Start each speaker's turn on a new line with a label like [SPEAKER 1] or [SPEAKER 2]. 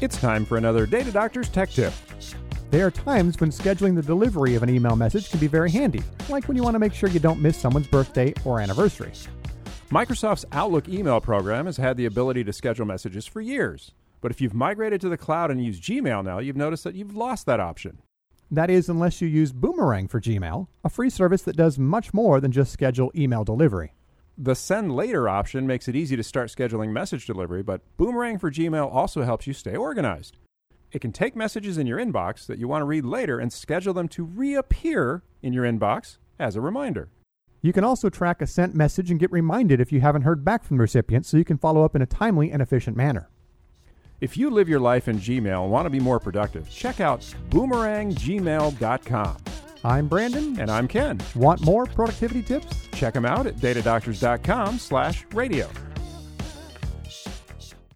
[SPEAKER 1] It's time for another Data Doctor's Tech Tip.
[SPEAKER 2] There are times when scheduling the delivery of an email message can be very handy, like when you want to make sure you don't miss someone's birthday or anniversary.
[SPEAKER 1] Microsoft's Outlook email program has had the ability to schedule messages for years. But if you've migrated to the cloud and use Gmail now, you've noticed that you've lost that option.
[SPEAKER 2] That is, unless you use Boomerang for Gmail, a free service that does much more than just schedule email delivery.
[SPEAKER 1] The send later option makes it easy to start scheduling message delivery, but Boomerang for Gmail also helps you stay organized. It can take messages in your inbox that you want to read later and schedule them to reappear in your inbox as a reminder.
[SPEAKER 2] You can also track a sent message and get reminded if you haven't heard back from the recipient so you can follow up in a timely and efficient manner.
[SPEAKER 1] If you live your life in Gmail and want to be more productive, check out boomeranggmail.com.
[SPEAKER 2] I'm Brandon.
[SPEAKER 1] And I'm Ken.
[SPEAKER 2] Want more productivity tips?
[SPEAKER 1] Check them out at datadoctors.com slash radio.